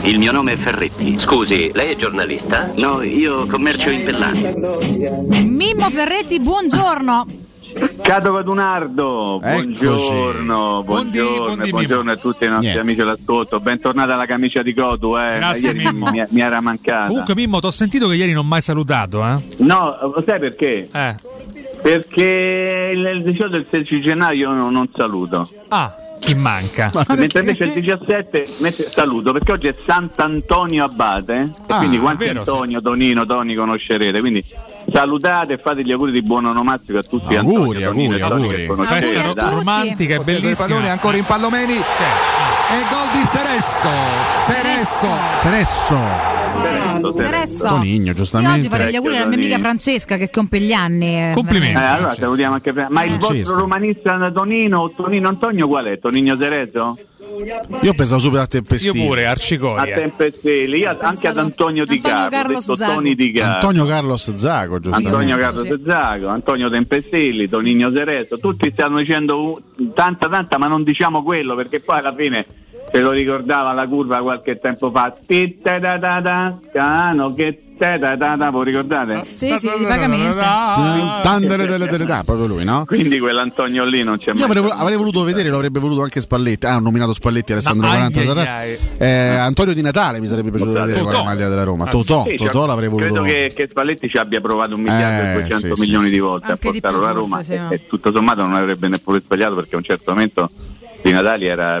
Il mio nome è Ferretti. Scusi, lei è giornalista? No, io commercio in Pellano. Mimmo Ferretti, buongiorno. Cado Vadunardo, Eccoci. buongiorno, buongiorno, Buondì, buondì, buongiorno a tutti i nostri Niente. amici all'ascolto. Bentornata alla camicia di Godu, eh. Grazie, Ieri Mimmo. Mi, mi era mancata. Comunque, Mimmo, ti ho sentito che ieri non mai salutato, eh? No, lo sai perché? Eh. Perché il, il 18 del 16 gennaio io non, non saluto. Ah, chi manca? mentre invece il 17 mentre- saluto perché oggi è Sant'Antonio Abate. eh? E Ah, quindi quanti vero, sì. Antonio, Tonino, Toni conoscerete. Quindi salutate e fate gli auguri di buon onomastico a tutti. Auguri, Antonio, Tonino e Toni auguri, che auguri. conoscete. Auguri a Festa ro- tutti. romantica e Il pallone bellissima. ancora in pallomeni e gol di Seresso. Seresso. Seresso. Seresto, seresto. Seresso. Tonigno, Io giustamente. oggi farei gli auguri alla mia amica Francesca che compie gli anni. eh, Complimenti. Eh, veramente. allora salutiamo anche Fra- Ma il Francesco. vostro romanista Tonino o Tonino Antonio qual è? Tonino Sereto? Io pensavo subito a Eh. Io Tempestini. pure, A Arcicoria. Tempesteli, io anche ad Antonio Di Antonio Carlo, ho Carlos detto Zago. Toni Di Carlo. Antonio Carlos Zago, giustamente. Antonio Sì, Carlo sì. Zago, Antonio Tempestilli, Tonino Sereto, tutti stanno dicendo uh, tanta tanta ma non diciamo quello perché poi alla fine se lo ricordava la curva qualche tempo fa. Ti te da da da, cano che te da da da, voi ricordate? Ah, Sì, sì, vagamente. Tandere Ah, delle delle da, proprio lui, no? Quindi quell'Antonio lì non c'è Io mai. avrei, stato. avrei voluto vedere, lo avrebbe voluto anche Spalletti. Ah, ho nominato Spalletti Alessandro No, 40 ai, ai, sarà- ai. Eh, Antonio Di Natale mi sarebbe piaciuto Totò. vedere con la maglia della Roma. Anzi, Totò, Sì, Totò cioè, l'avrei voluto. Credo che, che Spalletti ci abbia provato un miliardo Eh, e 200 sì, milioni sì, di sì. volte Anche a di portarlo più, alla forse, Roma sì, e- no. e, tutto sommato non avrebbe neppure sbagliato perché a un certo momento di Natale era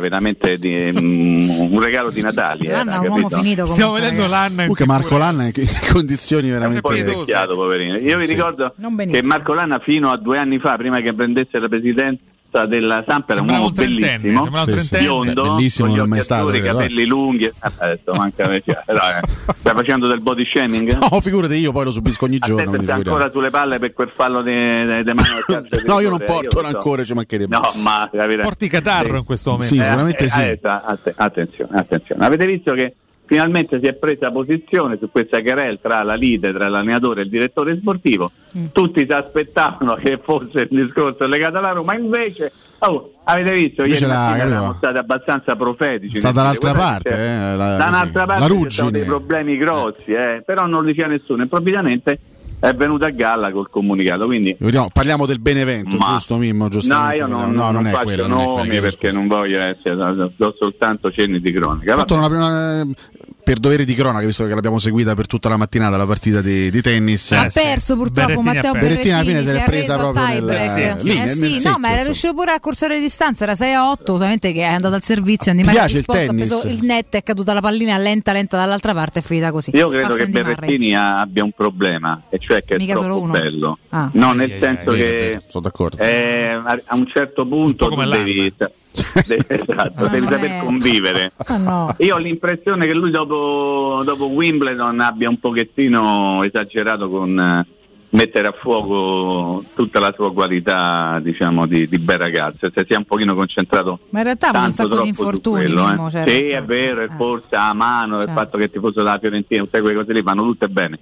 veramente di- mm, un regalo di Natale. Era, Anna è un uomo capito? finito comunque. Stiamo vedendo l'anno in Comunque TV. Marco Lanna in condizioni Un po' veramente. Capito? invecchiato, poverino. Io vi Sì. ricordo Non benissimo. che Marco Lanna fino a due anni fa, prima che prendesse la presidenza della Sampa, era un Sembrava uomo un trentenne, bellissimo, sembrava un Sì, sì. trentenne. biondo, Bellissimo con gli non è mai occhi stato, azzurri, i vero? capelli lunghi. Eh, Adesso manca me, cioè, allora, eh, stai facendo del body shaming? No, figurati, io poi lo subisco ogni giorno. Attento, quindi stai ancora figurati. sulle palle per quel fallo di de, de mano al calcio di No, io non rigore, eh, porto lo so. ancora, ci mancherebbe. No, ma capire- Porti Catarro in questo momento. eh. Sì, sicuramente eh, sì. eh, att- attenzione, attenzione. Avete visto che finalmente si è presa posizione su questa querel tra la leader, tra l'allenatore e il direttore sportivo. Tutti si aspettavano che fosse il discorso legato alla Roma, invece oh, avete visto Invece ieri la- mattina capito? eravamo stati abbastanza profetici. È stata nel dire, dall'altra guardate, parte, c'è- eh, la- da così, un'altra la parte ci sono dei ruggine. problemi grossi, eh, però non lo diceva nessuno. Improvvisamente è venuto a galla col comunicato, quindi Vediamo, parliamo del Benevento, Ma- giusto Mimmo? No, Giustamente, io non, no, non non è faccio quello, non è nomi quello, perché scusa. non voglio essere, do soltanto cenni di cronaca. Tanto non abbiamo- eh, per dovere di cronaca, visto che l'abbiamo seguita per tutta la mattinata la partita di, di tennis, Ha eh, perso purtroppo Berrettini ha Matteo perso. Berrettini, Berrettini alla fine si se l'è è presa reso proprio nel- tiebreak. eh, lì, Eh nel- sì, nel no, secchio, ma era insomma. riuscito pure a corsare di distanza, era 6 a 8, solamente che è andato al servizio, Ti animale piace il disposto, ha tennis? preso il net, è caduta la pallina lenta lenta dall'altra parte e è finita così. Io credo Passa che Andy Murray. Berrettini ha- abbia un problema, e cioè che è Mica solo troppo uno. bello. Ah. No, nel Ai, ai, senso vero, che vero, sono d'accordo. eh, a a un certo punto Un po' come tu devi, devi- esatto, Ah, Ma devi non saper è- convivere. Ah, no. Io ho l'impressione che lui dopo, dopo Wimbledon abbia un pochettino esagerato con eh, mettere a fuoco tutta la sua qualità diciamo, di, di bel ragazzo, se si è un pochino concentrato. Ma in realtà ha avuto un tanto sacco di troppo su infortuni, quello, eh. Mimmo, cioè, in Sì, realtà. è vero, è Ah. forza a mano, il Certo. fatto che ti fosse dalla Fiorentina, tutte quelle cose lì vanno tutte bene.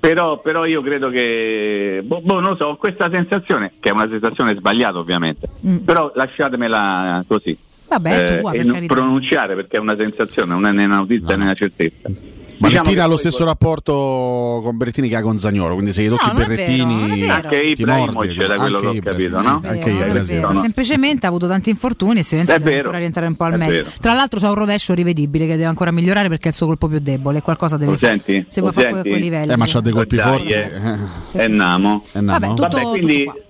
Però, però io credo che, boh, boh, non lo so, questa sensazione, che è una sensazione sbagliata ovviamente, Mm. però lasciatemela così, Vabbè, è eh, tua e per non carità. pronunciare perché è una sensazione, non è né una notizia né una certezza. Ma Diciamo Berrettini che ha lo poi stesso con- rapporto con Berrettini che ha con Zagnolo, quindi se gli tocchi No, non è vero, non è Berrettini vero. anche ti Ibrahimovic morde, era quello che anche ho Ibra, capito, sì, sì, no? È anche vero, io, non è adesso vero. no. Semplicemente ha avuto tanti infortuni e È sicuramente deve vero, ancora rientrare un po' al è meglio. vero. Tra l'altro c'è un rovescio rivedibile che deve ancora migliorare perché è il suo colpo più debole, qualcosa deve Lo fare. senti? Se Lo vuoi fare a senti? quei livelli. Eh, ma c'ha dei colpi Dai, forti. eh. È Namo. Eh, no, Vabbè, no? tutto- Vabbè, quindi tutto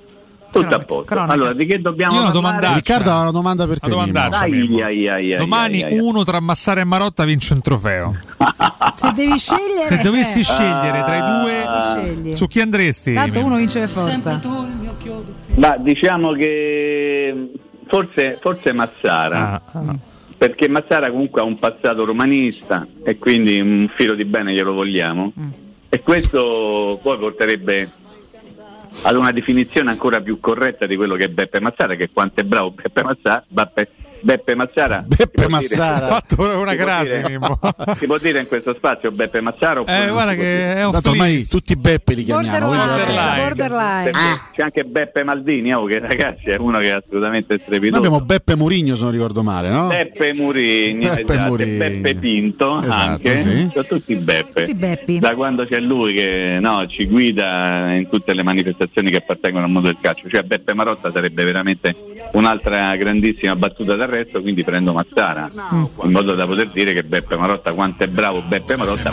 tutto, Cronaca, a posto. cronaca. Allora, di che dobbiamo Io ho una parlare? domanda. Riccardo ha una domanda per La te. Mimmo. domandaccia. Ai, Mimmo. ai, ai, ai, Domani ai, ai. uno tra Massara e Marotta vince un trofeo. Se devi scegliere, Se dovessi eh, scegliere tra i Ah. due, scegli. su chi andresti? Tanto uno vince per forza. Ma diciamo che forse, forse Massara, Ah, ah. perché Massara comunque ha un passato romanista e quindi un filo di bene glielo vogliamo. Mm. E questo poi porterebbe ad una definizione ancora più corretta di quello che è Beppe Massara, che quanto è bravo Beppe Massara, Beppe, Beppe Mazzara. Si può Beppe dire? Massara. Ha fatto una Si può crasi, dire? Mimmo. Si può dire in questo spazio Beppe Mazzara? oppure Eh, non guarda si può dire? che è un Tanto ormai flip. tutti Beppe li chiamiamo. Borderline, quindi vabbè. Borderline. borderline. Ah. Beppe- C'è anche Beppe Maldini, oh, che ragazzi è uno che è assolutamente Noi strepitoso. abbiamo Beppe Murigno, se non ricordo male, no? Beppe Murigni, Beppe esatto, e Murigni. Beppe Pinto Esatto, anche, sì. sono tutti Beppe. Tutti Beppi. Da quando c'è lui che no, ci guida in tutte le manifestazioni che appartengono al mondo del calcio, cioè Beppe Marotta sarebbe veramente un'altra grandissima battuta d'arresto, quindi prendo Mazzara, in modo da poter dire che Beppe Marotta quanto è bravo Beppe Marotta,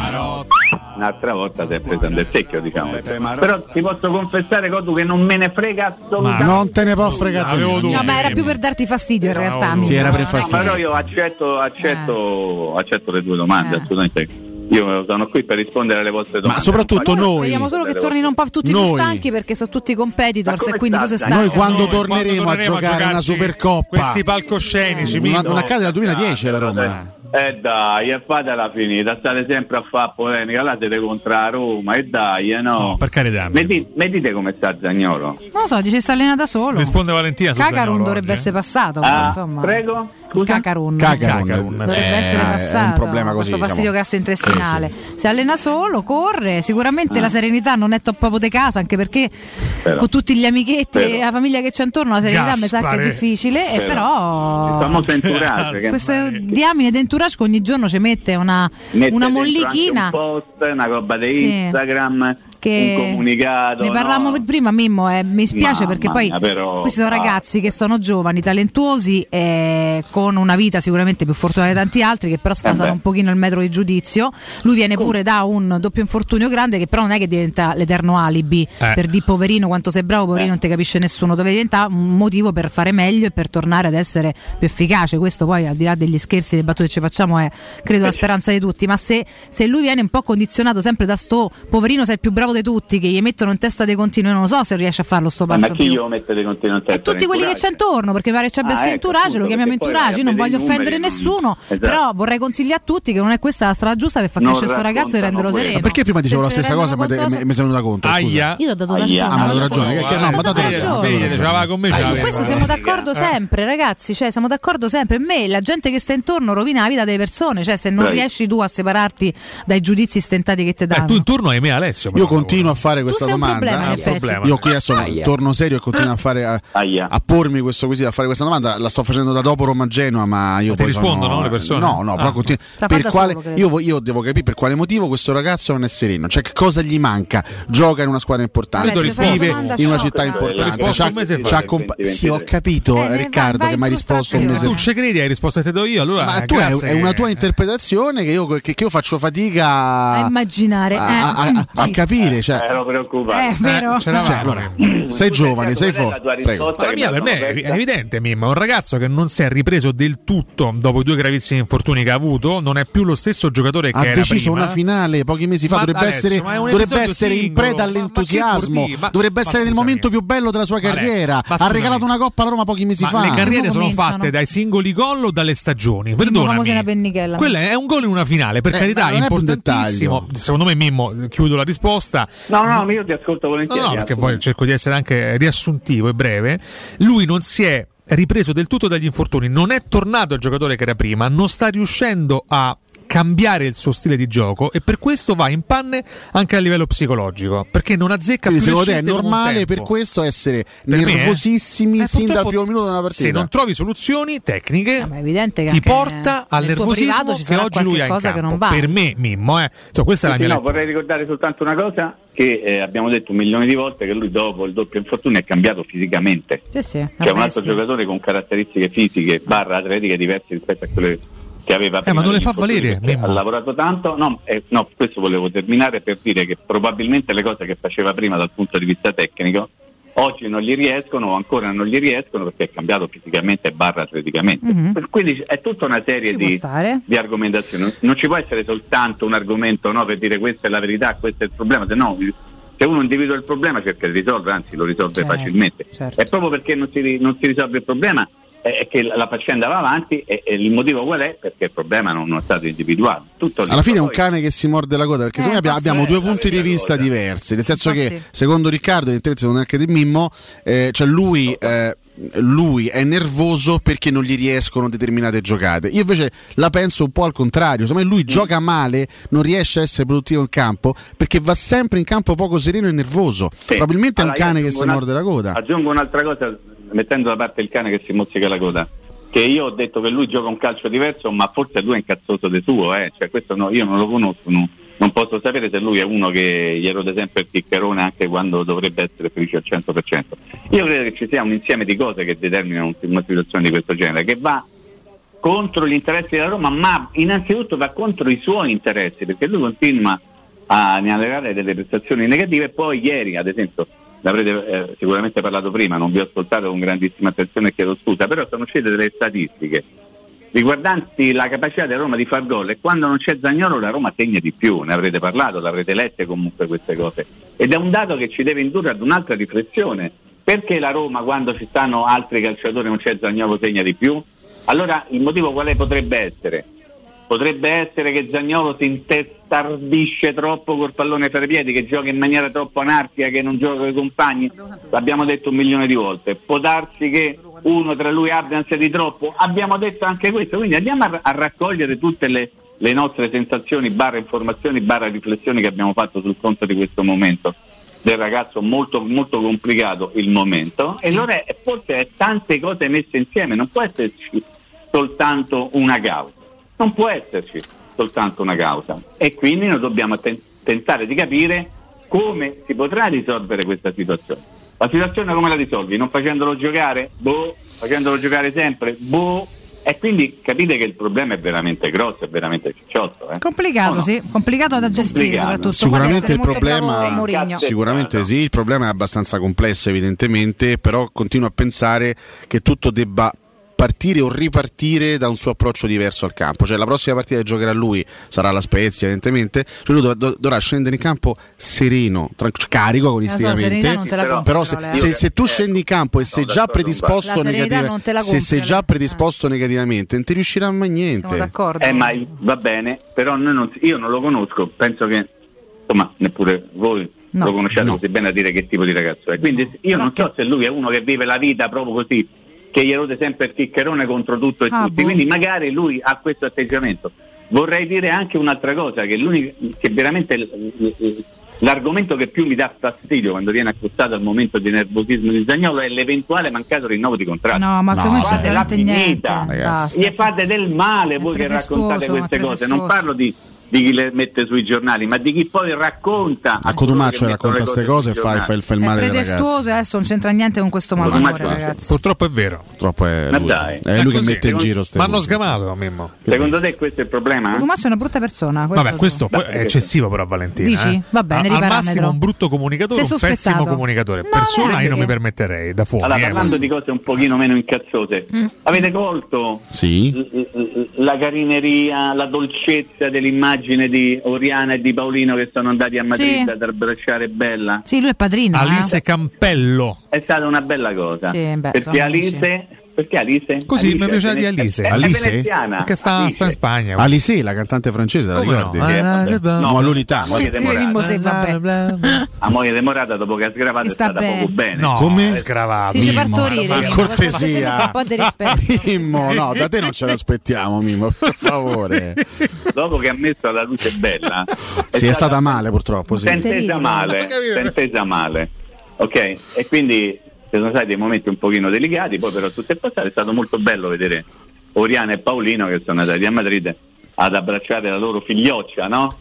un'altra volta si è preso del secchio diciamo. Però ti posso confessare Cotu che non me ne frega assolutamente. Non te ne può fregare. Avevo dubbi. niente. No, ma era più per darti fastidio in Era realtà. un- Mimmo. Sì, era Non per è che- fastidio. Ma allora io accetto, accetto, accetto le tue domande, Eh. assolutamente. Io sono qui per rispondere alle vostre domande. soprattutto non faccio- noi. Speriamo solo che Delle tornino un po' tutti più Noi. stanchi perché sono tutti Ma competitors come e quindi tu sei state? stanco. Noi quando Noi, torneremo a giocare giocarci una Supercoppa? Questi palcoscenici, Non, Mimmo. non accade dal 2010 la Roma. Eh dai, e fatela finita, state sempre a fare polemica, là siete contro la Roma, e dai, eh no. No, per carità. Mi, di- mi dite come sta Zagnolo? Non lo so, dice si allena da solo. Risponde Valentina su Cacarun Zagnolo dovrebbe oggi, essere passato, ma Ah, insomma. prego? Il Scusa? Cacarun. Cacarone. Cacarone. Dovrebbe Eh, essere passato. È un problema così. questo fastidio diciamo. gastrointestinale. Sì, sì. Ah. Si allena solo, corre. Sicuramente la serenità non è top di casa, anche perché Però. con tutti gli amichetti Però. e la famiglia che c'è intorno, la serenità mi sa che Gaspare. è difficile. E Il però. famoso entourage che Oh. Questo diamine denturasco ogni giorno ci mette una, mette una dentro anche mollichina. un post, una roba di Sì. Instagram, che un comunicato. ne parlavamo no? prima Mimmo eh, mi spiace Mamma perché poi mia, però, questi sono ah. ragazzi che sono giovani talentuosi eh, con una vita sicuramente più fortunata di tanti altri che però sfasano Eh beh. un pochino il metro di giudizio lui viene pure da un doppio infortunio grande che però non è che diventa l'eterno alibi Eh. per di poverino quanto sei bravo Eh. poverino non ti capisce nessuno dove diventa un motivo per fare meglio e per tornare ad essere più efficace questo poi al di là degli scherzi e delle battute che ci facciamo è credo la speranza di tutti ma se, se lui viene un po' condizionato sempre da sto poverino sei il più bravo di tutti che gli mettono in testa dei continui non lo so se riesce a farlo sto Ma passo in chi più. glielo mette dei contenuti E tutti quelli che c'è intorno, perché pare c'è Ah, bestia ecco, entourage, appunto, lo chiamiamo perché poi entourage, io non abbiamo voglio dei offendere numeri, non- nessuno, esatto. però vorrei consigliare a tutti che non è questa la strada giusta per far Non crescere questo ragazzo e raccontano renderlo quello. sereno. Ma perché prima dicevo la Se si stessa cosa e mi rendono mi- mi conto- sono venuta conto? scusa? Aia. Io ho dato Aia. ragione. Ah, ma ho dato Io ragione, sono- che- che- no, ho dato ma dato Svegliati, ragione. svegliati, ce l'aveva Eh, con me, ce Ah, su l'aveva. questo siamo d'accordo Eh. sempre, ragazzi. Cioè, siamo d'accordo sempre. A me la gente che sta intorno rovina la vita delle persone. Cioè, se non Bravi. riesci tu a separarti dai giudizi stentati che ti Beh, danno. Eh, tu intorno hai me Alessio. Io però, continuo a fare Tu questa sei un domanda. eh? problema, in Ah, effetti. problema. Io qui adesso Aia. torno serio e continuo a fare a, Aia. a pormi questo quesito, a fare questa domanda. La sto facendo da dopo Roma Genoa, ma io Ma ti poi rispondono, sono- eh, no, le persone? No, no, Ah. però continuo. Sta Per fatta quale- solo, credo. io, vo- io devo capire per quale motivo questo ragazzo non è sereno, cioè che cosa gli manca? Gioca in una squadra importante, Adesso fai vive una in domanda una sciocca. città Ti ho importante. risposto c'ha- un mese fa. cioè. c'ha compa- sì, ho capito, Eh, ne vai- Riccardo, vai che in mi hai risposto un frustrazione. mese Tu fa. ci credi hai risposto che te do io? Allora, Ma eh, tu è, grazie. è una tua interpretazione che io, che- che io faccio fatica a, A immaginare, eh. a- a- a- a Sì. capire. Cioè, Ero Eh, preoccupato. è vero. Eh, ce l'avamo. Cioè, allora, sei giovane, sei La tua forte. Prego. risposta Ma la che mia per mi me hanno è offerta- evidente, Mimma, è un ragazzo che non si è ripreso del tutto dopo i due gravissimi infortuni che ha avuto, non è più lo stesso giocatore che Ha era Ah, deciso prima. una finale pochi mesi fa. Ma dovrebbe adesso, essere, ma è un dovrebbe episodio essere in singolo. preda Ma- ma che all'entusiasmo. corti- ma- dovrebbe ma essere nel scusami. momento più bello della sua Vabbè, carriera. ma ha scusami. regalato una coppa alla Roma pochi mesi Ma fa. le carriere Come sono cominciano? fatte dai singoli gol o dalle stagioni. famosa Perdonami. la pennichella. Quella è un gol in una finale, per Eh, carità, ma è non è più un importantissimo. dettaglio. Secondo me, Mimmo, chiudo la risposta. No, no, ma io ti ascolto No, volentieri. eh. no, perché poi cerco di essere anche riassuntivo e breve. Lui non si è ripreso del tutto dagli infortuni, non è tornato al giocatore che era prima, non sta riuscendo a cambiare il suo stile di gioco e per questo va in panne anche a livello psicologico, perché non azzecca Quindi più le secondo te è scelte come un normale per tempo. questo essere Per me, eh. nervosissimi Eh, sin dal purtroppo, primo minuto della partita? Se non trovi soluzioni tecniche, Eh, ma è evidente che ti anche porta al nel tuo privato nervosismo ci che sarà oggi lui qualche ha in cosa che campo. non va. Per me, Mimmo, eh. Insomma, questa è la Sì, mia sì, no, lettura. vorrei ricordare soltanto una cosa che eh, abbiamo detto un milione di volte che lui dopo il doppio infortunio è cambiato fisicamente. Sì, sì, C'è un vabbè, altro sì. giocatore con caratteristiche fisiche barra atletiche diverse rispetto a quelle che aveva prima ma non le degli fa infortuni, valere, perché Mimmo. Ha lavorato tanto, no, eh, no, questo volevo terminare per dire che probabilmente le cose che faceva prima dal punto di vista tecnico oggi non gli riescono o ancora non gli riescono perché è cambiato fisicamente barra atleticamente. Mhm. Per- Quindi c- è tutta una serie Ci può di, stare. di argomentazioni. Non- Non ci può essere soltanto un argomento no, per dire questa è la verità, questo è il problema, se no se uno individua il problema cerca di risolvere, anzi lo risolve Certo, facilmente. certo. È proprio perché non si, ri- non si risolve il problema è, è che la la faccenda va avanti e, e il motivo qual è? Perché il problema non, non è stato individuato. Tutto lì. Alla fine è un Poi- cane che si morde la coda perché Eh, secondo me un po' abbiamo sì. due punti di Eh, vista sì. diversi. Nel senso Un po' che sì. secondo Riccardo e secondo anche di Mimmo, eh, cioè lui eh, lui è nervoso perché non gli riescono determinate giocate. Io invece la penso un po' al contrario, secondo me lui Mm. gioca male, non riesce a essere produttivo in campo perché va sempre in campo poco sereno e nervoso. Sì. Probabilmente Allora, è un cane io che aggiungo si una- morde la coda. Aggiungo un'altra cosa, mettendo da parte il cane che si mozzica la coda. Che io ho detto che lui gioca un calcio diverso, ma forse lui è incazzoso di suo, eh. Cioè, questo no, io non lo conosco, non, non posso sapere se lui è uno che gli erode sempre il piccherone anche quando dovrebbe essere felice al 100%. Io credo che ci sia un insieme di cose che determinano una situazione di questo genere, che va contro gli interessi della Roma, ma innanzitutto va contro i suoi interessi, perché lui continua a allenare delle prestazioni negative e poi ieri, ad esempio, l'avrete eh, sicuramente parlato prima, non vi ho ascoltato con grandissima attenzione e chiedo scusa, però sono uscite delle statistiche riguardanti la capacità della Roma di far gol e quando non c'è Zagnolo la Roma segna di più, ne avrete parlato, l'avrete lette comunque queste cose ed è un dato che ci deve indurre ad un'altra riflessione perché la Roma quando ci stanno altri calciatori non c'è Zagnolo segna di più? Allora il motivo quale potrebbe essere? Potrebbe essere che Zagnolo si intestardisce troppo col pallone per piedi, che gioca in maniera troppo anarchica, che non gioca con i compagni. L'abbiamo detto un milione di volte. Può darsi che uno tra lui e Abdans di troppo. Abbiamo detto anche questo. Quindi andiamo a, a raccogliere tutte le, le nostre sensazioni, barra informazioni, barra riflessioni che abbiamo fatto sul conto di questo momento del ragazzo molto, molto complicato il momento e allora è- forse è tante cose messe insieme non può esserci soltanto una causa non può esserci soltanto una causa e quindi noi dobbiamo ten- tentare di capire come si potrà risolvere questa situazione la situazione come la risolvi? non facendolo giocare? boh facendolo giocare sempre? boh e quindi capite che il problema è veramente grosso è veramente cicciotto eh? Complicato, Oh, no. sì, complicato da gestire soprattutto. Complicato. Sicuramente Può essere il molto problema- bravo Mourinho. Cazzo. Sicuramente sì, il problema è abbastanza complesso evidentemente, però continuo a pensare che tutto debba partire o ripartire da un suo approccio diverso al campo, cioè la prossima partita che giocherà lui sarà la Spezia evidentemente, cioè lui dov- dov- dovrà scendere in campo sereno, tran- carico serenità agonisticamente, non te la compro, eh. però se, Leo. se- se tu scendi in campo e sei Sono già d'accordo con predisposto, Bacci. La serenità negativa- non te la se sei compri, già Leo. predisposto negativamente non ti riuscirà mai Siamo niente. d'accordo. Eh, ma il- va bene, però noi non- io non lo conosco, penso che insomma neppure voi No. lo conosciate No. così bene a dire che tipo di ragazzo è. Quindi io non so se lui è uno che vive la vita proprio così, che gli erode sempre il chiccherone contro tutto e Ah, tutti, boh. quindi magari lui ha questo atteggiamento. Vorrei dire anche un'altra cosa, che, l'unica- che veramente l- l- l- l'argomento che più mi dà fastidio quando viene accostato al momento di nervosismo di Zagnolo è l'eventuale mancato rinnovo di contratto. No, ma No, secondo me non c'è guarda, veramente l'ha niente. finita, ragazzi. Basta, sì. Gli fate del male È voi che pretestuoso, raccontate ma queste cose. pretestuoso. Non parlo di, di chi le mette sui giornali, ma di chi poi racconta. A Cotumaccio Cotumaccio racconta queste cose e fa, e fa il fa il È male del ragazzo. pretestuoso e adesso non c'entra niente con questo Ormai malatore, basta. ragazzi. Purtroppo è vero. Purtroppo è Ma lui, dai. è È lui che così. mette in giro ste Ma hanno cose. sgamato Mimmo. Secondo te questo è il problema? Tommaso è una brutta persona. Questo Vabbè, tu. questo fu- Beh, è eccessivo però Valentina. Dici? eh. Va bene, A- Al riparametelo. massimo un brutto comunicatore, Sei un pessimo sospettato. comunicatore. No, Persona io non neanche. mi permetterei da fuori. Allora, eh, parlando di cose un pochino meno incazzose, Mm. avete colto Sì. l- l- l- la carineria, la dolcezza dell'immagine di Oriana e di Paolino che sono andati a Madrid Sì. ad abbracciare Bella? Sì, lui è padrino. Alice eh. Campello. È stata una bella cosa. Sì, beh, sono amici. perché Alice... Perché Alice? Così, mi piaceva piace di Alice. È, è Alice? veneziana. Perché sta, Alice. sta in Spagna. Alisei, Ah, la cantante francese, la Eh, Come no? ricordi? Ah, Eh, vabbè. no, ma l'unità, la moglie di Sì, Morata. Mimmo, sì, vabbè. La moglie di Morata dopo che ha sgravato Si è sta stata bene. poco bene. No, Come? è sgravato. Si dice Mimmo, partorire. per Mimmo, cortesia. Un po' di rispetto. Ah, Mimmo, no, da te non ce l'aspettiamo, Mimmo, per favore. Esatto. Dopo che ha messo alla luce bella. è Sì, è stata male purtroppo, sì. Si è intesa male. capito. si è intesa male. Ok, e quindi ci sono stati dei momenti un pochino delicati, poi però tutto è passato, è stato molto bello vedere Oriana e Paolino che sono andati a Madrid ad abbracciare la loro figlioccia, no?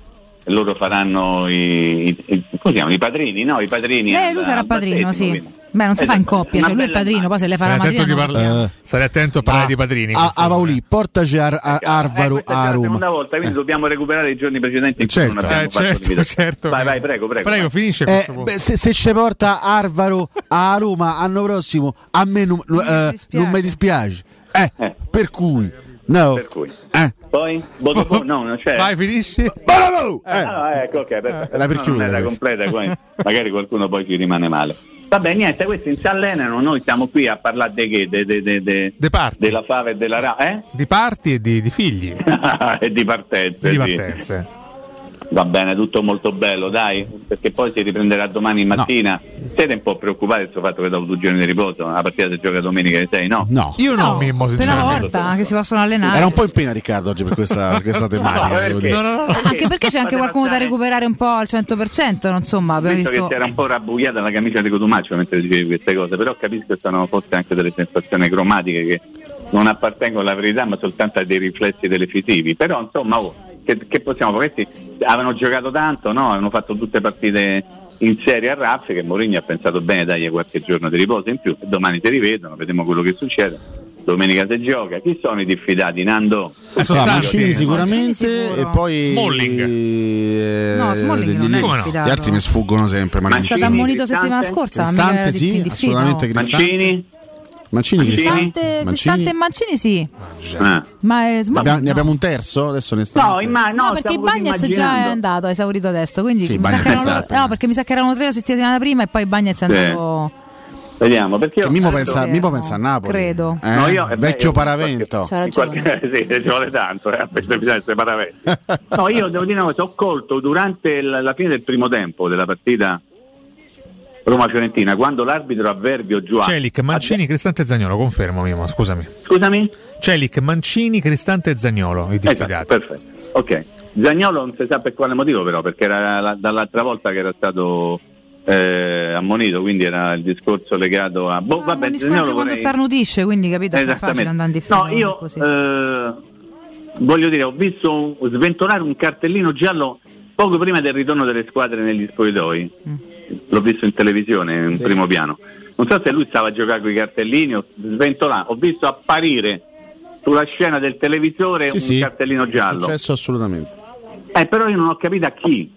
E loro faranno i, i, i- come si chiamano? I padrini, no? I padrini. Eh, al- lui sarà al padrino, sì. battesimo, Beh, quindi. non si fa in Esatto. coppia, Una cioè lui è bella padrino, poi se le fa la Sarei attento, madrina. di non lo parla- sappiamo. Eh. Sarei attento a parlare di padrini. A, questo. Eh, a Paoli, portaci a, a, a Arvaro Eh, questa è già la a Roma. seconda volta, quindi dobbiamo recuperare i giorni precedenti. in cui Eh. Certo. non abbiamo Eh, fatto certo, limitazioni. certo. Vai, vai, prego, prego. Prego, vai. finisce Eh, questo punto. beh, se, se ci porta Arvaro a Roma anno prossimo, a me non, Non mi eh, dispiace. non mi dispiace. Eh, Eh. Per cui, no. Per cui. Eh. Poi? Bodobo? No, non c'è. Vai, finisci. Bravo! Eh. Ah, ecco, ok, perfetto. Era per No, chiudere Non era questo. completa, poi magari qualcuno poi ci rimane male. Vabbè, niente, questi si allenano, noi siamo qui a parlare di che? De- de- de- de- De parti. della fave e della ra, eh? Di parti e di, di figli. e di Di partenze. sì. partenze. Va bene, tutto molto bello, dai, perché poi si riprenderà domani mattina. Siete un po' preoccupati sul fatto che dopo due giorni di riposo la partita si gioca domenica alle 6, no? No. Io no, Mimmo, per una sinceramente. volta che si possono allenare. Era un po' in pena Riccardo oggi per questa, per questa Ah. tematica. No, devo perché? dire. Anche perché c'è anche Fate qualcuno da passare- recuperare un po' al 100%, no? insomma, abbiamo Visto visto che si era un po' rabbugliata la camicia di Cotumaccio mentre dicevi queste cose, però capisco che sono forse anche delle sensazioni cromatiche che non appartengono alla verità ma soltanto a dei riflessi televisivi. Però insomma, oh, che, che possiamo fare? Questi avevano giocato tanto, no? avevano fatto tutte partite in serie a raffiche, Mourinho ha pensato bene dagli qualche giorno di riposo in più, domani si rivedono, vediamo quello che succede. Domenica si gioca, chi sono i diffidati? Nando? Eh, sono Ah, tanti. Mancini Mancini sicuramente sicuro. e poi Smalling. eh, No, Smalling degli- non è Come no? Gli affidato. altri mi sfuggono sempre. È Mancini, stato Mancini, ammonito settimana Cristante? scorsa, ma mica era Cristante diffi- sì, diffido. assolutamente Cristante. Mancini? Mancini, Cristante, Cristante, Cristante e Mancini. Mancini sì, Ah. ma è Smalling Abbiamo- no. Ne abbiamo un terzo adesso ne sta. No, imma- No, perché stavo così Bagnez già è immaginando. andato, ha esaurito adesso. Quindi Sì, mi sa Bagnez che è erano- stato. no, perché mi sa che erano tre la settimana prima e poi Bagnez è Sì. andato. Vediamo, perché io Che Mimmo penso- pensa, Credo. Mimmo pensa a Napoli. Credo. Eh? No, io- eh, beh, Vecchio io- paravento. C'ha In ragione. qualche- sì, ci vuole tanto, eh, perché bisogna essere paraventi. No, io devo dire una cosa, ho colto durante la, la fine del primo tempo della partita Roma-Fiorentina, quando l'arbitro avverbio Giù Celic, Mancini, Cristante e Zagnolo, confermo Mimmo, scusami. Scusami? Celic, Mancini, Cristante e Zagnolo, i Esatto, diffidati. perfetto. Ok. Zagnolo non si sa per quale motivo però, perché era la- dall'altra volta che era stato eh, ammonito, quindi era il discorso legato a... Boh, Ah, vabbè, Monisco Zagnolo anche quando vorrei- starnutisce, quindi capito? È più facile andare in difficoltà. No, io così. eh, voglio dire, ho visto un- sventolare un cartellino giallo poco prima del ritorno delle squadre negli spogliatoi. Mm. L'ho visto in televisione in primo piano. Non so se lui stava a giocare con i cartellini o sventolare. Ho visto apparire sulla scena del Cioè, televisore Sì, un sì, cartellino È giallo. successo assolutamente. Eh, però io non ho capito a chi.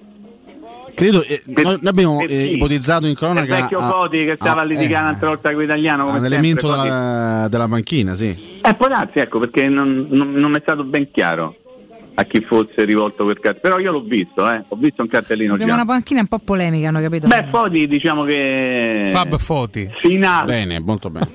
Credo, eh, Per- noi, noi abbiamo per eh, chi? ipotizzato in cronaca. Il vecchio a- Coti che stava a- a litigare eh, un'altra volta con l'italiano. come Un sempre, elemento Coti. della, della panchina, sì. Eh, può darsi, ecco, perché non, non- non mi è stato ben chiaro a chi fosse rivolto quel cartellino. Però io l'ho visto, eh, ho visto un cartellino Abbiamo una giallo. panchina un po' polemica, hanno capito? Beh, Foti diciamo che... Ah, Fab Foti. Finale. Bene, molto bene.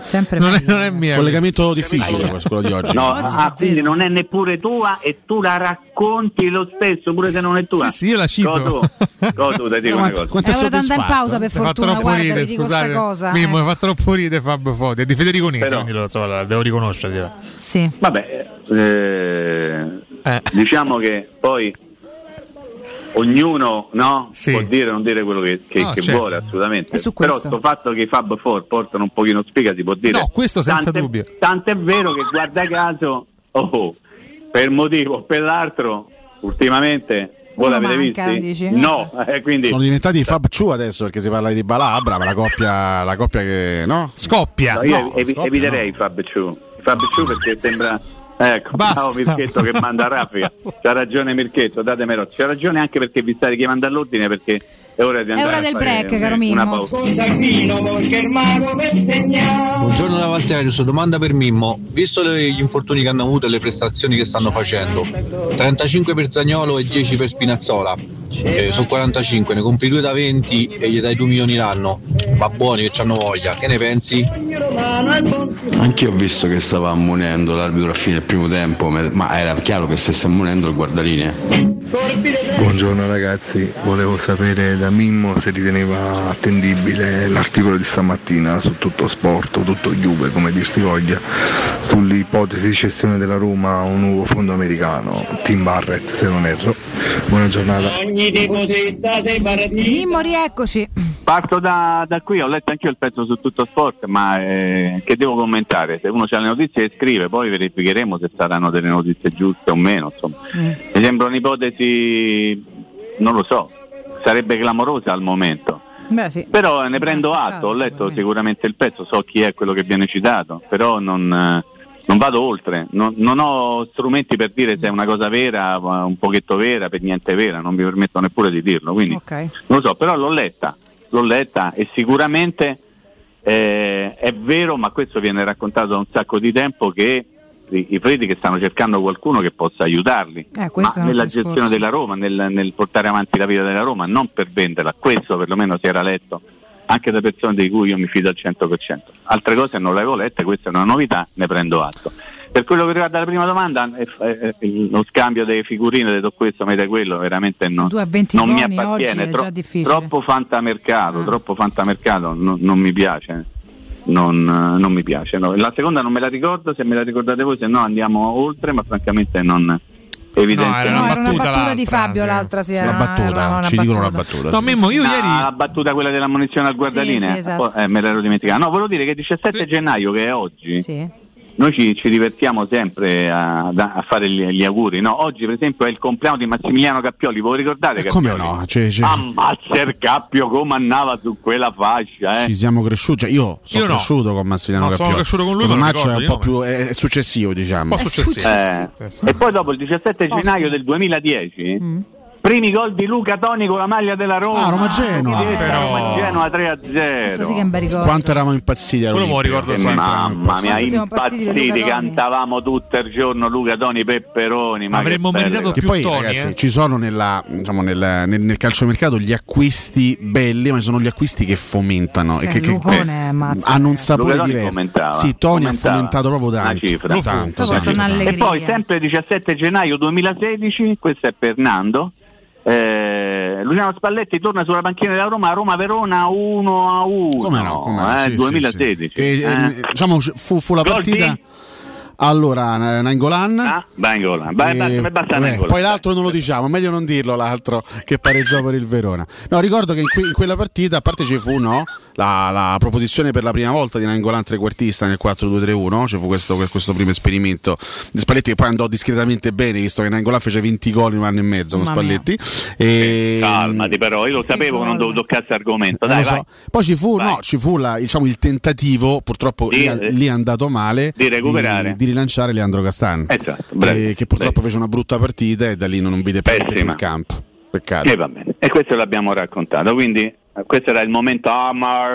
Sempre Non è, meglio. non è mia. Collegamento difficile questo, quello di oggi. No, Oggi ah, davvero. quindi non è neppure tua e tu la racconti lo stesso, pure se non è tua. Sì, sì, io la cito. Cotu, Cotu, ti dico una Quanto- cosa. quanto è ora da andare in soddisfatto, pausa per Mi eh. fa fortuna, troppo guarda, ridere, vi dico scusate. sta cosa. Mimmo, eh. mi fa troppo ridere Fab Foti. È di Federico Nisi, Però- quindi lo so, la devo riconoscergliela. Sì. Vabbè, eh, Eh. diciamo che poi ognuno no, Sì. può dire o non dire quello che, che- No, che certo. vuole assolutamente. E su Però questo? questo fatto che i Fab Four portano un pochino spiga si può dire. No, questo senza Tant'è- dubbio. Tant'è vero che guarda caso, oh, per un motivo o per l'altro, ultimamente... Voi Uno l'avete manca, visti? dici? No, eh, quindi Sono diventati i Fab Ciu adesso perché si parla di Balabra, ma la coppia, la coppia che no? Scoppia. No, io no, evi- scoppia, eviterei Fab Ciu. Fab Ciu perché sembra. Ecco, Basta. bravo Mirchetto che manda a raffica. C'ha ragione Mirchetto, datemelo. C'ha ragione anche perché vi state chiamando all'ordine perché è ora di andare ora a del fare break, un- caro una Mimmo. pausa. Buongiorno da Valterius, domanda per Mimmo. Visto le- gli infortuni che hanno avuto e le prestazioni che stanno facendo, 35 per Zagnolo e 10 per Spinazzola, eh, sono 45, ne compri due da 20 e gli dai 2 milioni l'anno, ma buoni che hanno voglia, che ne pensi? Anch'io ho visto che stava ammonendo l'arbitro a fine del primo tempo, me- ma era chiaro che stesse ammonendo il guardalinee. Buongiorno ragazzi, volevo sapere da Mimmo se riteneva attendibile l'articolo di stamattina su tutto sport, o tutto Juve come dir si voglia, sull'ipotesi di cessione della Roma a un nuovo fondo americano, Tim Barrett se non erro. Buona giornata. Mimmo, rieccoci. Parto da, da qui, ho letto anch'io il pezzo su tutto sport, ma eh, che devo commentare? Se uno ha le notizie scrive, poi verificheremo se saranno delle notizie giuste o meno. Insomma. Mi sembra un'ipotesi, non lo so, sarebbe clamorosa al momento. Beh, sì. Però ne prendo atto, ho letto Sicuramente. sicuramente il pezzo, so chi è quello che viene citato, però non, eh, non vado oltre, non, non ho strumenti per dire se è una cosa vera, un pochetto vera, per niente vera, non mi permetto neppure di dirlo, quindi Ok. non lo so, però l'ho letta, l'ho letta e sicuramente eh, è vero, ma questo viene raccontato da un sacco di tempo che i, i freddi che stanno cercando qualcuno che possa aiutarli Eh, ma questo è un altro nella discorso. gestione della Roma, nel, nel portare avanti la vita della Roma, non per venderla, questo perlomeno si era letto anche da persone di cui io mi fido al 100%. Altre cose non le avevo lette, questa è una novità, ne prendo atto. Per quello che riguarda la prima domanda, eh, eh, eh, lo scambio delle figurine, ho detto questo, mi dai quello, veramente no, Due a 20 non mi buoni oggi appartiene. è Tro- già difficile. Ah. troppo fantamercato, troppo fantamercato, no- non mi piace. Non, eh, non mi piace. no. La seconda non me la ricordo, se me la ricordate voi, se no andiamo oltre, ma francamente non è evidente. No, era No, una era una battuta battuta di l'altra, Fabio sì. l'altra sì, era Una una era battuta, una ci dicono una battuta. No, sì. Mimmo, io Ah, ieri. la battuta quella della munizione al guardaline sì, esatto. eh, me l'ero dimenticata no volevo dire che il 17 gennaio che è oggi Sì. noi ci, ci divertiamo sempre a, a fare gli, gli auguri no? oggi per esempio è il compleanno di Massimiliano Cappioli voi ricordate E Eh, Cappioli? come no? Cioè, cioè, ammazza il cappio come andava su quella fascia eh. Ci siamo cresciuti, cioè, io sono Io no. cresciuto con Massimiliano No, sono Cappioli. cresciuto con lui, me lo Tomaccio è un ricordo, po' più è, è successivo, diciamo. Un po' successivo. Eh, e poi dopo il 17 gennaio del 2010 primi gol di Luca Toni con la maglia della Roma Mm. Ah, Roma Genoa. Diventa però. Roma Genoa 3 a 0 Questo sì che è un bel ricordo. Quanto eravamo impazziti a Quello me lo Olimpia. ricordo Eh, sempre. Mamma mia, Quanto siamo impazziti per impazziti, Luca Toni. cantavamo tutto il giorno Luca Toni Pepperoni. Ma Avremmo che belle meritato Che più poi, Toni, ragazzi, eh. ci sono nella- diciamo, nel, nel, nel calciomercato gli acquisti belli, ma sono gli acquisti che fomentano e Eh, che, che- Lucone, eh, mazza, hanno un eh. sapore Luca Toni diverso. fomentava, sì, Toni ha fomentava. fomentato proprio Una tanto. cifra. Eh, Lo fu. tanto, Proprio tanto, tornare tanto. cose. E poi Allegria. sempre 17 gennaio 2016, questo è Fernando. eh, Luciano Spalletti torna sulla panchina della Roma, Roma-Verona 1 a 1. Come no, come no, eh, sì, sì, 2016. sì. Che, eh. eh, diciamo, c- fu, fu la Gol partita. di- Allora, Nangolan. Ah, vai in gola, vai, Eh, basta, mi basta vabbè, in gola. poi l'altro non lo diciamo, meglio non dirlo l'altro che pareggiò per il Verona. No, ricordo che in, que- in quella partita, a parte ci fu no, la, la proposizione per la prima volta di Nangolan trequartista nel 4-2-3-1, ci fu questo, questo primo esperimento di Spalletti che poi andò discretamente bene, visto che Nangolan fece 20 gol in un anno e mezzo con Mamma mia. Spalletti. E- Calmati però, io lo sapevo che non dovevo toccare questo argomento. non Dai, Eh, lo so. vai. Poi ci fu, Vai. no, ci fu la- diciamo, il tentativo, purtroppo Di- lì, lì è andato male, di recuperare. di, di rilanciare Leandro Castan, Esatto, bravo. che, che purtroppo Bravo. fece una brutta partita e da lì non non vide parte più Pessima. Eh, il campo. Peccato. E va bene, e questo l'abbiamo raccontato, quindi eh, questo era il momento ah,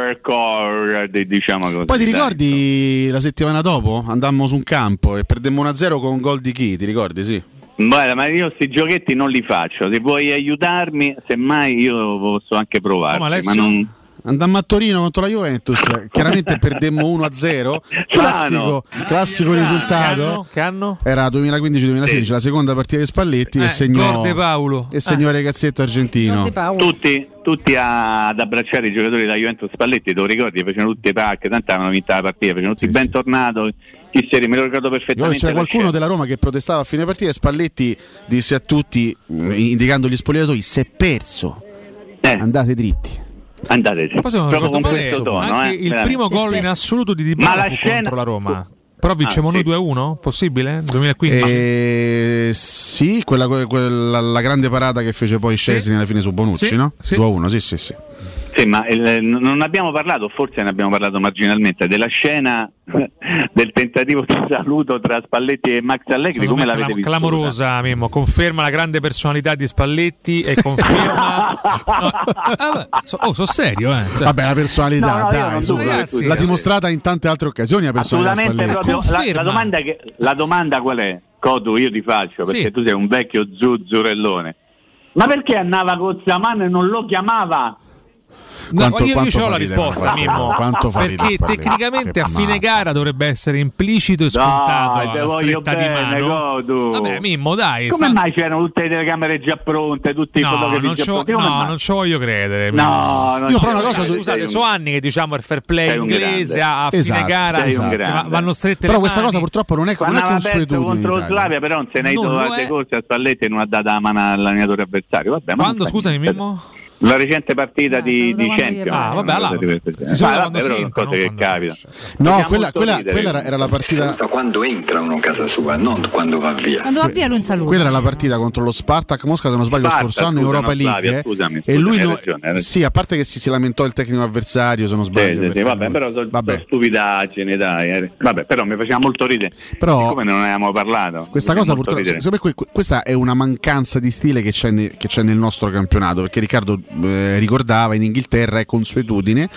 amarcord, diciamo così. Poi ti dai. ricordi la settimana dopo? Andammo su un campo e perdemmo 1-0 con un gol di chi? Ti ricordi? Sì. Guarda, ma io questi giochetti non li faccio, se vuoi aiutarmi, semmai io posso anche provare. Come, Alessio? ma non... Andammo a Torino contro la Juventus, chiaramente perdemmo 1-0, classico, classico Che risultato. anno? Che anno? Era 2015-2016, la seconda partita di Spalletti Eh, e segnò gol di Paolo. Eh. e segnò il ragazzetto Non argentino. ti paura. Tutti, tutti a- ad abbracciare i giocatori della Juventus Spalletti, te lo ricordi, facevano tutti i pack, tanto avevano vinto la partita, facevano tutti Sì, sì. bentornato, chi si me lo ricordo Ricordo perfettamente. che C'era qualcuno perché- della Roma che protestava a fine partita e Spalletti disse a tutti, mh, indicando gli spogliatoi, se è perso, Eh, andate dritti. andate, Poi se non proprio con ricordo male, questo tono. anche eh, il veramente. primo gol in assoluto di Ma Dybala la fu scena- contro la Roma. Però vincevamo Ah, sì. Eh, noi 2-1, possibile? 2015. E sì, quella, quella- la grande parata che fece poi Scesni alla fine su Bonucci, Sì, no? sì. 2-1, sì, sì, sì. Sì, ma il- non abbiamo parlato, forse ne abbiamo parlato marginalmente, della scena del tentativo di saluto tra Spalletti e Max Allegri, Secondo come me l'avete clam- visto? clamorosa Mimmo, conferma la grande personalità di Spalletti e conferma... No, ah, beh, so- oh, sono serio, eh. Cioè, Vabbè, la personalità, No, no, io non dai, su, dubito che tu l'ha sia- dimostrata in tante altre occasioni la personalità Assolutamente, Spalletti. proprio, la, Conferma. la domanda che- la domanda qual è? Codu, io ti faccio, perché Sì. tu sei un vecchio zuzzurellone. Ma perché andava con Zamano e non lo chiamava? no, Quanto- io, quanto io ho fa la ridere risposta, questa storia, Mimmo. quanto fa ridere perché Spalletti, tecnicamente che a fine male. gara dovrebbe essere implicito e Dai, scontato te la voglio stretta di bene, mano. Godu. Vabbè, Mimmo, dai. Come Eh, sta- mai c'erano tutte le telecamere già pronte, tutti i No, fotografi non già ci vo- pronti? Come no, mai? non ci voglio credere. Mimmo. No, non ci Io però una voglio cosa credere. su- Scusate, Sei so anni che diciamo il fair play Sei un inglese grande. a, a Esatto, fine gara sei un insomma, grande. vanno strette Però le questa mani. cosa purtroppo non è, non è Quando aveva perso consuetudine. in contro lo Italia. Slavia, però non se ne è Non ido lo a è. dei corsi a Spalletti e non ha dato la mano all'allenatore avversario. Vabbè, ma Quando non fa scusami niente. Mimmo? La recente partita Ah, di, saluta di quando gli Champions. pare. Ah, vabbè, allora. Di queste- Si saluta Ah, quando vabbè, però si sono entra, cose non che quando capita. si No, Dobbiamo quella, molto quella- ridere. quella era, era la partita... saluta quando entra uno a casa sua, non quando va via. Quando va via lui un saluto. Quella era la partita contro lo Spartak Mosca, se non sbaglio, lo Spartak, scorso anno in scusa, Europa no, Slavia, League. eh. scusami, e lui scusami, no- hai ragione, hai ragione. Sì, a parte che si, si lamentò il tecnico avversario, se non Sì, sbaglio. sì, sì, perché vabbè, lui- però sono Vabbè. stupidaggini, dai. eh. Vabbè, però mi faceva molto ridere. Però- Siccome non ne avevamo parlato. Questa mi faceva molto cosa purtroppo, ridere. secondo me que- que- questa è una mancanza di stile che c'è, ne- che c'è nel nostro campionato, perché Riccardo eh, ricordava in Inghilterra è consuetudine,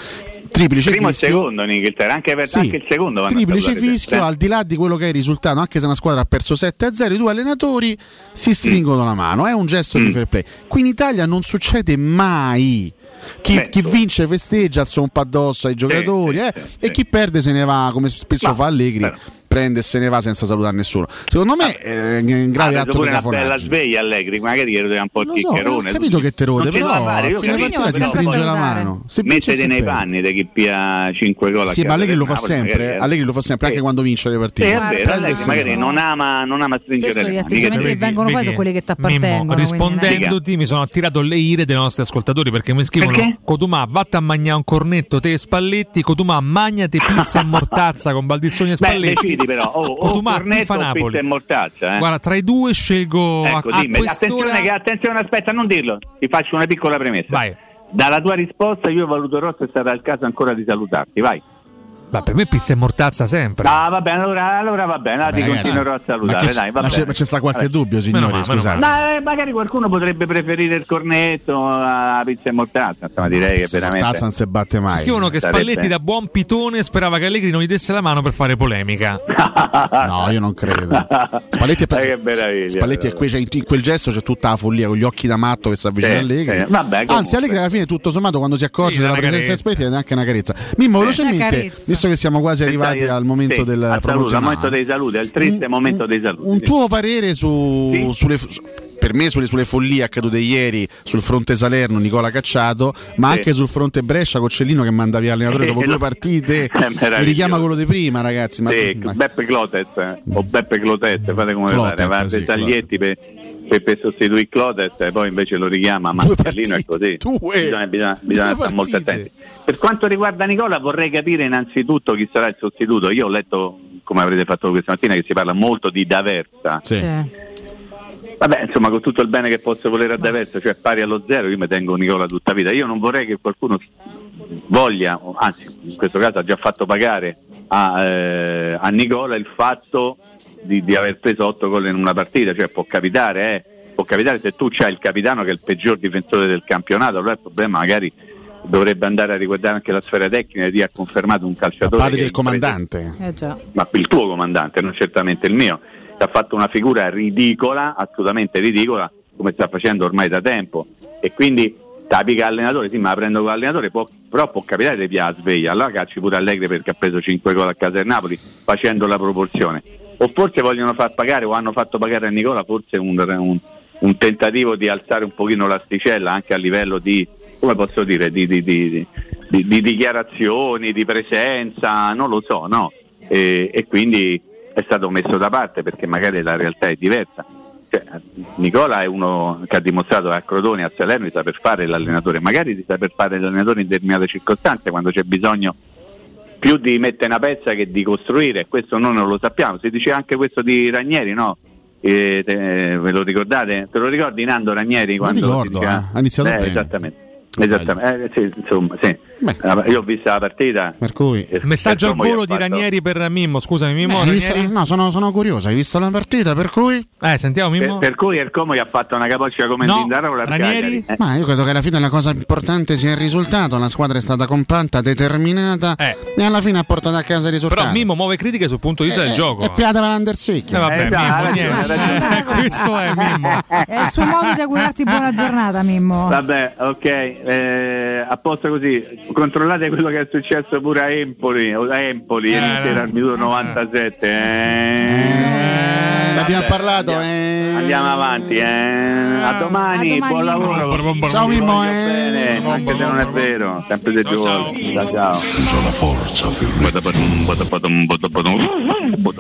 triplice Primo e fischio, secondo in Inghilterra, anche, per- Sì. anche il secondo. vanno a triplice salutare, fischio, eh. al di là di quello che è il risultato, anche se una squadra ha perso 7-0, i due allenatori si stringono la mano, è un gesto Mm. di fair play. Qui in Italia non succede mai. Chi, Certo. chi vince festeggia, alza un po' addosso ai giocatori sì, eh, sì, e sì. chi perde se ne va come spesso Ma- fa Allegri però- perché prende e se ne va senza salutare nessuno. Secondo me eh, è un grave Ah, atto di pure una bella cafonaggio. sveglia Allegri, magari gli rodeva un po' il chiccherone. ho capito che te rode, Non ce però la fare, io a fine capisco, partita si però poi- stringe la mano. Se vince, Mettete si nei perde. panni di chi pia 5 gol. a Sì, ma casa Allegri lo del fa Napoli, magari, sempre, eh. Allegri lo fa sempre anche quando vince le Sì, è partite. vero, Prende e Allegri se ne magari va. non ama, non ama stringere Spesso le gli mani. atteggiamenti che vengono fuori sono quelli che ti appartengono. Mimmo, quindi, rispondendoti mi sono attirato le ire dei nostri ascoltatori perché mi scrivono Perché? Cotumà vatta a mangiare un cornetto te e spalletti Cotumà magnate pizza e mortazza con Baldissoni e Beh, spalletti decidi però, o- o Cotumà cornetto tifa o pizza Napoli e mortazza, eh. guarda tra i due scelgo a- Ecco, a, dimmi, quest'ora attenzione, che- attenzione, aspetta, non dirlo. Ti faccio una piccola premessa. Dalla tua risposta io valuterò se sarà il caso ancora di salutarti, vai. ma per me pizza e mortazza sempre Ah, va bene, allora, allora va bene, allora Vabbè, ti ragazzi, continuerò a Ma, salutare, che- dai, va ma c'è, bene. ma c'è sta qualche dubbio, Meno signori, male, meno scusate. Ma eh, magari qualcuno potrebbe preferire il cornetto alla pizza e mortazza, insomma direi che Pizza e veramente... mortazza non si batte mai. scrivono che Sarebbe- Spalletti da buon pitone sperava che Allegri non gli desse la mano per fare polemica No, io non credo. Spalletti è, Eh, che meraviglia, Spalletti è quel, cioè, in quel gesto c'è tutta la follia con gli occhi da matto che si avvicina Sì, a Allegri. sì, vabbè, comunque. Anzi, Allegri alla fine, tutto sommato, quando si accorge Sì, della una presenza di carezza. Spalletti, è neanche una carezza. Mimmo, Una velocemente, carezza. visto che siamo quasi arrivati Dai, al momento Ah, sì, al del saluto, al momento promozionale, dei saluti, al triste momento dei saluti. un tuo parere su, sulle, su- per me sulle, sulle follie accadute ieri sul fronte Salerno, Nicola Cacciato, ma Sì. anche sul fronte Brescia, Coccellino che manda via l'allenatore dopo Eh, due lo- partite, meraviglioso. mi richiama quello di prima, ragazzi. Ma, Sì, ma- Mm. Beppe Clotet eh, o Beppe Clotet, fate come Clotet, pare, va a sì, taglietti per, per, per sostituire Clotet e poi invece lo richiama Marcellino è così. Bisogna, bisogna, bisogna stare molto attenti. Per quanto riguarda Nicola vorrei capire innanzitutto chi sarà il sostituto. Io ho letto, come avrete fatto questa mattina, che si parla molto di Daversa. Cioè, Vabbè, insomma, con tutto il bene che posso volere a Daversa, cioè pari allo zero, io mi tengo Nicola tutta vita. Io non vorrei che qualcuno voglia, o anzi in questo caso ha già fatto pagare a, eh, a Nicola il fatto di, di aver preso 8 gol in una partita, cioè può capitare, eh. può capitare se tu c'hai il capitano che è il peggior difensore del campionato, allora il problema magari dovrebbe andare a riguardare anche la sfera tecnica e ti ha confermato un calciatore. Parli cioè, che del comandante. Eh già. ma il tuo comandante, non certamente il mio, che ha fatto una figura ridicola, assolutamente ridicola, come sta facendo ormai da tempo. E quindi tapica allenatore, sì, ma la prendo con l'allenatore, può- però può capitare di via la sveglia, allora cacci pure Allegri perché ha preso 5 gol a casa del Napoli facendo la proporzione. O forse vogliono far pagare o hanno fatto pagare a Nicola forse un, un- un tentativo di alzare un pochino l'asticella anche a livello di, come posso dire, di- di- di- di, di, di dichiarazioni, di presenza, non lo so, no? E, e quindi è stato messo da parte perché magari la realtà è diversa. Cioè, Nicola è uno che ha dimostrato a Crotone e a Salerno di saper fare l'allenatore, magari di saper fare l'allenatore in determinate circostanze, quando c'è bisogno più di mettere una pezza che di costruire, questo noi non lo sappiamo, si dice anche questo di Ranieri, no? Eh, te- ve lo ricordate? Te lo ricordi Nando Ranieri quando si ricordo, diceva- eh, ha iniziato bene. Esattamente. Esattamente. Eh, sì, insomma, sì. Eh, Io ho visto la partita. Per cui... Eh. messaggio al Insomma, certo, io volo ho di fatto- Ranieri per Mimmo scusami Mimmo Hai visto- Ranieri? no, sono, sono curioso, hai visto la partita per cui? eh sentiamo Per, Mimmo per cui il Como gli ha fatto una capoccia come No, Dindarola Ranieri? Eh. Ma io credo che alla fine la cosa importante sia il risultato, la squadra è stata compatta, determinata e alla fine ha portato a casa il risultato. Eh. però Mimmo muove critiche sul punto di vista del gioco E piata per l'undersicchio. Eh, vabbè, Mimmo, niente. questo è Mimmo. È il suo modo di augurarti buona giornata, Mimmo. Vabbè, ok, eh, a posto così, controllate quello che è successo pure a Empoli, o a Empoli ieri sera al minuto 97. eh. ne abbiamo Vabbè, parlato. eh. Andiamo avanti, eh. a, domani, buon lavoro. Ciao, Mimmo, eh. Voglio bene, anche se non è vero, sempre se ci vuole. Ciao, ciao. Usa la forza, Ferretti.